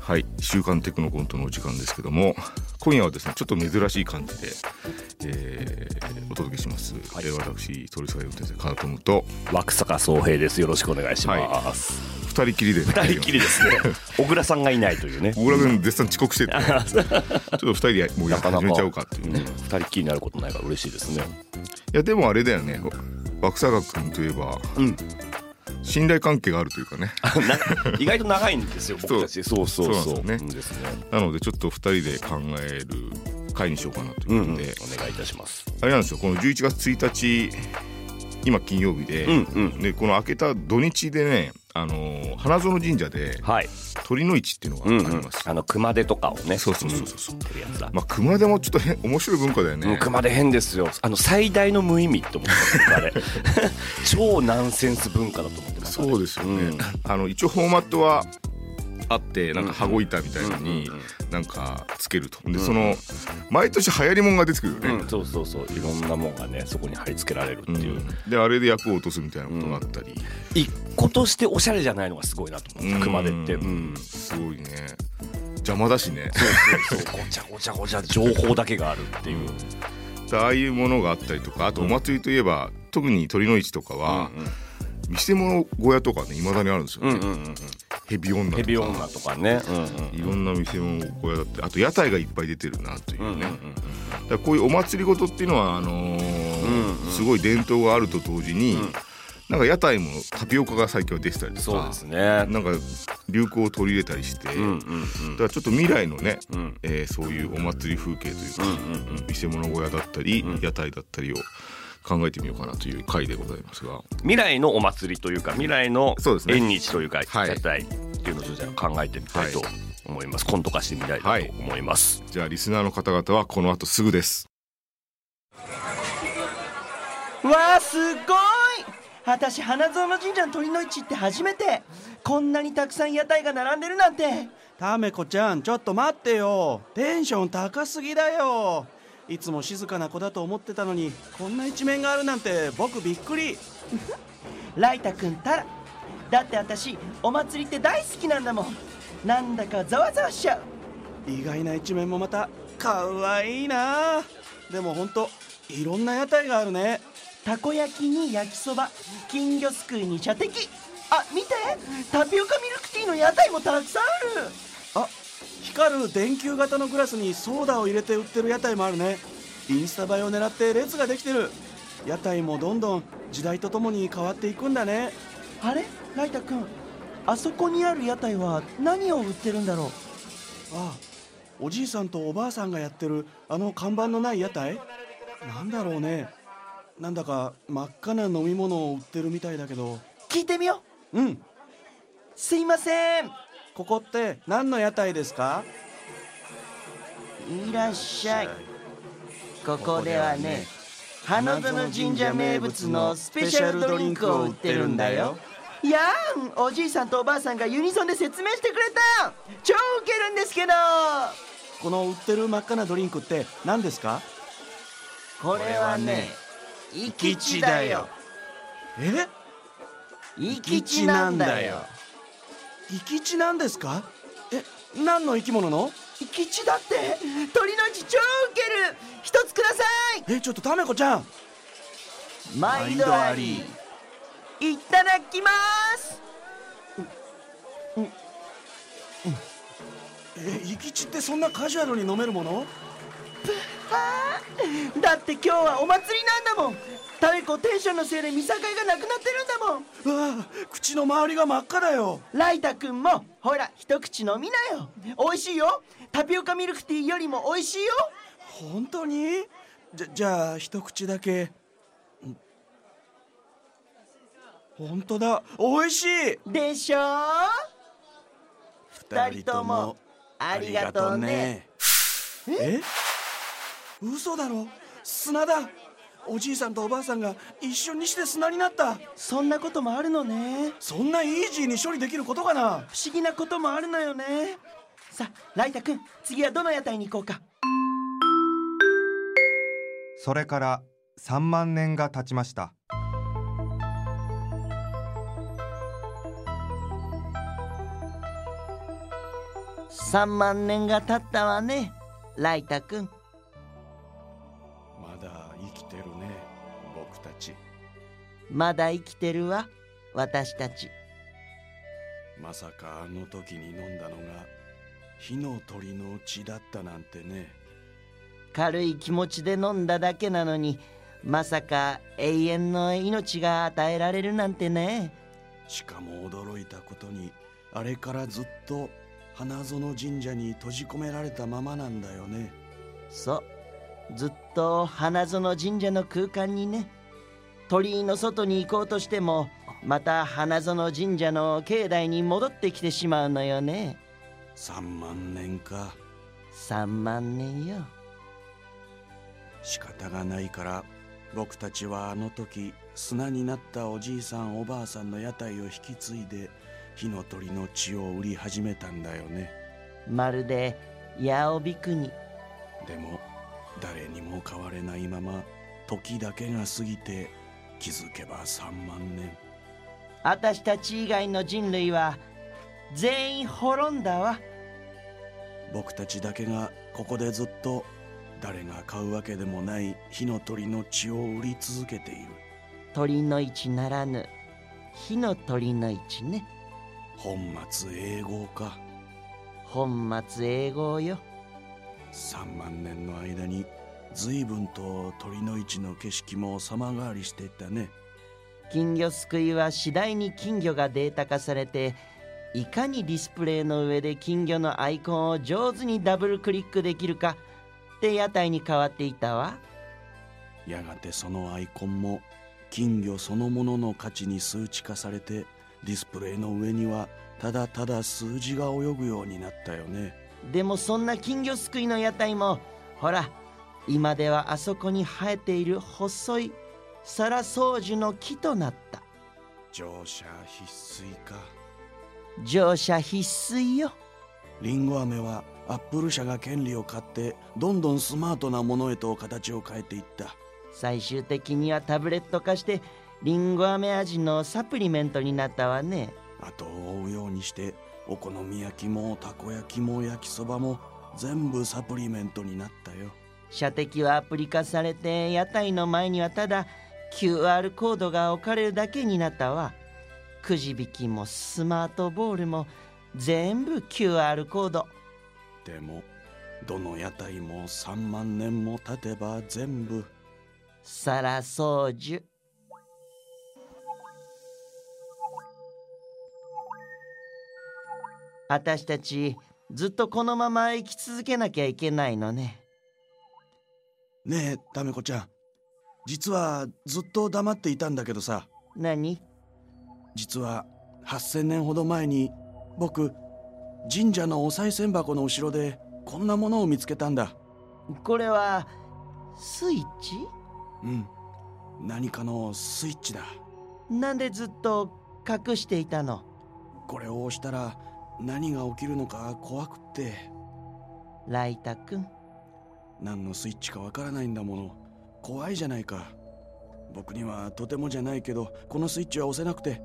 はい週刊テクノコントのお時間ですけども今夜はですねちょっと珍しい感じで、えーお届けします、はいえー私鳥塚洋平先生カナトムと枠坂総平です。よろしくお願いします。二人きりでね二人きりですね。 小倉さんがいないというね。小倉君絶賛遅刻してて、ちょっと二人でもうやなっかなか始めちゃおうかっていううんね二人きりになることないから嬉しいです ね。いやでもあれだよね爆坂君といえばうん。信頼関係があるというかねな意外と長いんですよ。僕たち。そうそうそう。そうなんうんですね。なのでちょっと二人で考える回にしようかなとういんううん。ことおで、願いいたします。あれなんですよこの11月1日今金曜日で、うんうん。でこの明けた土日でね、あのー花園神社ではい。鳥の市っていうのがうんうありんます、。あの熊手とかをね。。そうそうそうそうそうん取るやつだ。まあ熊手もちょっと変面白い文化だようんね熊手変ですよ。あの最大の無意味って思ってます。あれ。 超ナンセンス文化だと思ってます。そうですよね、うんあの一応フォーマットはあってなんか羽子板みたいのにうんうんなんかつけるとでんその毎年流行りもんが出てくるよね、うん、そうそうそういろんなもんがねそこに貼り付けられるってうんいう、であれで役を落とすみたいなことがあったり、一個としておしゃれじゃないのがすごいなと思って熊手って、ううんん、すごいね邪魔だしねそうそうそうごちゃごちゃごちゃ情報だけがあるっていう、ああいうものがあったりとかあとお祭りといえば、特に鳥の市とかは、見せ物小屋とかねいまだにあるんですよね、うんうんうんヘビ女とかヘビ女とかね、うんうんいろんな見せ物小屋だってあと屋台がいっぱい出てるなというね、うんうんだからこういうお祭りごとっていうのはあのーうんうんすごい伝統があると同時に、んなんか屋台もタピオカが最近は出てたりとかそうですねなんか流行を取り入れたりして、うんうんだからちょっと未来のね、うんうんえーそういうお祭り風景というか、うんうんうん見せ物小屋だったり、うん屋台だったりを考えてみようかなという回でございますが未来のお祭りというか未来のそうですね縁日というかはい屋台っていうのをちょっと考えてみたいと思います、今度化してみたいなと思います、じゃあリスナーの方々はこの後すぐですわあすごい私花園神社の鳥の市って初めてこんなにたくさん屋台が並んでるなんてタメ子ちゃんちょっと待ってよテンション高すぎだよいつも静かな子だと思ってたのにこんな一面があるなんて僕びっくりライタくんたらだって私お祭りって大好きなんだもんなんだかざわざわしちゃう意外な一面もまたかわいいなでもほんといろんな屋台があるねたこ焼きに焼きそば金魚すくいに射的あ見てタピオカミルクティーの屋台もたくさんあるあ光る電球型のグラスにソーダを入れて売ってる屋台もあるねインスタ映えを狙って列ができてる屋台もどんどん時代とともに変わっていくんだねあれライタくんあそこにある屋台は何を売ってるんだろうああおじいさんとおばあさんがやってるあの看板のない屋台なんだろうねなんだか真っ赤な飲み物を売ってるみたいだけど聞いてみよううんすいませんここって何の屋台ですかいらっしゃいここではね花園神社名物のスペシャルドリンクを売ってるんだよやーんおじいさんとおばあさんがユニソンで説明してくれた超ウケるんですけどこの売ってる真っ赤なドリンクって何ですかこれはね生き地だよえ生き地なんだよ生き地なんですかえ何の生き物の生き地だって鳥の地超ウケる一つくださいえちょっとタメ子ちゃん毎度ありいただきますえ生き地ってそんなカジュアルに飲めるものあーだって今日はお祭りなんだもんタレコテンションのせいで見境がなくなってるんだもんうわ口の周りが真っ赤だよライタくんもほら一口飲みなよ美味しいよタピオカミルクティーよりも美味しいよ本当にじゃじゃあ一口だけん本当だ美味しいでしょ二人ともありがとうねえ嘘だろ砂だおじいさんとおばあさんが一緒にして砂になったそんなこともあるのねそんなイージーに処理できることかな不思議なこともあるのよねさあライタくん次はどの屋台に行こうかそれから3万年が経ちました3万年が経ったわねライタくんまだ生きてるね僕たちまだ生きてるわ私たちまさかあの時に飲んだのが火の鳥の血だったなんてね軽い気持ちで飲んだだけなのにまさか永遠の命が与えられるなんてねしかも驚いたことにあれからずっと花園神社に閉じ込められたままなんだよねそうずっと花園神社の空間にね鳥居の外に行こうとしてもまた花園神社の境内に戻ってきてしまうのよね3万年か3万年よ仕方がないから僕たちはあの時砂になったおじいさんおばあさんの屋台を引き継いで火の鳥の血を売り始めたんだよねまるで八尾びくにでも誰にも変われないまま時だけが過ぎて気づけば3万年私たち以外の人類は全員滅んだわ僕たちだけがここでずっと誰が買うわけでもない火の鳥の血を売り続けている鳥の市ならぬ火の鳥の市ね本末英語か本末英語よ3万年の間に随分と鳥の市の景色も様変わりしていったね金魚すくいは次第に金魚がデータ化されていかにディスプレイの上で金魚のアイコンを上手にダブルクリックできるかって屋台に変わっていたわやがてそのアイコンも金魚そのものの価値に数値化されてディスプレイの上にはただただ数字が泳ぐようになったよねでもそんな金魚すくいの屋台もほら今ではあそこに生えている細い皿掃除の木となった乗車必須か乗車必須よリンゴ飴はアップル社が権利を買ってどんどんスマートなものへと形を変えていった最終的にはタブレット化してリンゴ飴味のサプリメントになったわね後を追うようにしてお好み焼きもたこ焼きも焼きそばも全部サプリメントになったよ射的はアプリ化されて屋台の前にはただ QR コードが置かれるだけになったわくじ引きもスマートボールも全部 QR コードでもどの屋台も3万年も経てば全部皿掃除私たちずっとこのまま生き続けなきゃいけないのねねえダメ子ちゃん実はずっと黙っていたんだけどさ何実は8,000年ほど前に僕神社のお賽銭箱の後ろでこんなものを見つけたんだこれはスイッチうん何かのスイッチだなんでずっと隠していたのこれを押したら何が起きるのか怖くってライタくん何のスイッチかわからないんだもの怖いじゃないか僕にはとてもじゃないけどこのスイッチは押せなくて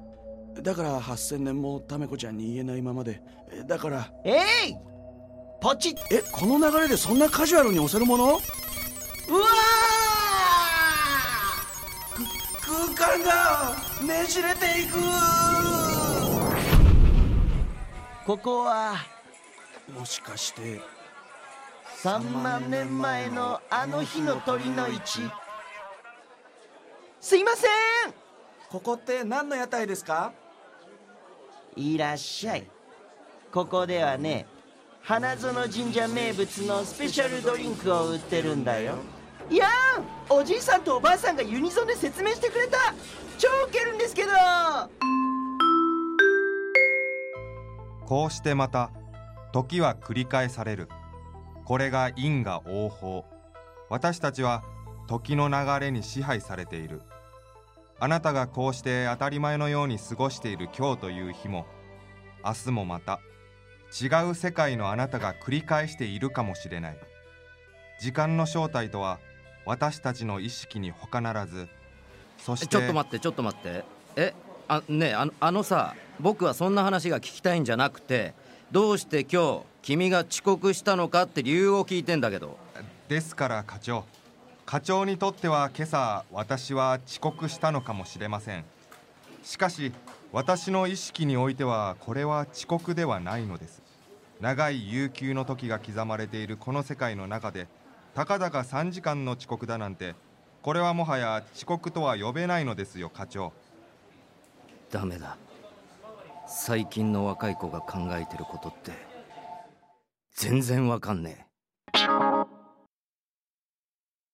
だから8,000年もタメ子ちゃんに言えないままでだからえいポチッえこの流れでそんなカジュアルに押せるものうわ空間がねじれていくーここはもしかして3万年前のあの日の鳥の市すいませここって何の屋台ですかんいらっしゃいここではね花園神社名物のスペシャルドリンクを売ってるんだよいやーおじいさんとおばあさんがユニゾンで説明してくれた超ウケるんですけどこうしてまた時は繰り返されるこれが因果応報私たちは時の流れに支配されているあなたがこうして当たり前のように過ごしている今日という日も明日もまた違う世界のあなたが繰り返しているかもしれない時間の正体とは私たちの意識に他ならずそしてちょっと待ってちょっと待ってえあねえあのあのさ僕はそんな話が聞きたいんじゃなくてどうして今日君が遅刻したのかって理由を聞いてんだけどですから課長課長にとっては今朝私は遅刻したのかもしれませんしかし私の意識においてはこれは遅刻ではないのです長い悠久の時が刻まれているこの世界の中でたかだか3時間の遅刻だなんてこれはもはや遅刻とは呼べないのですよ課長ダメだ最近の若い子が考えてることって全然わかんねえ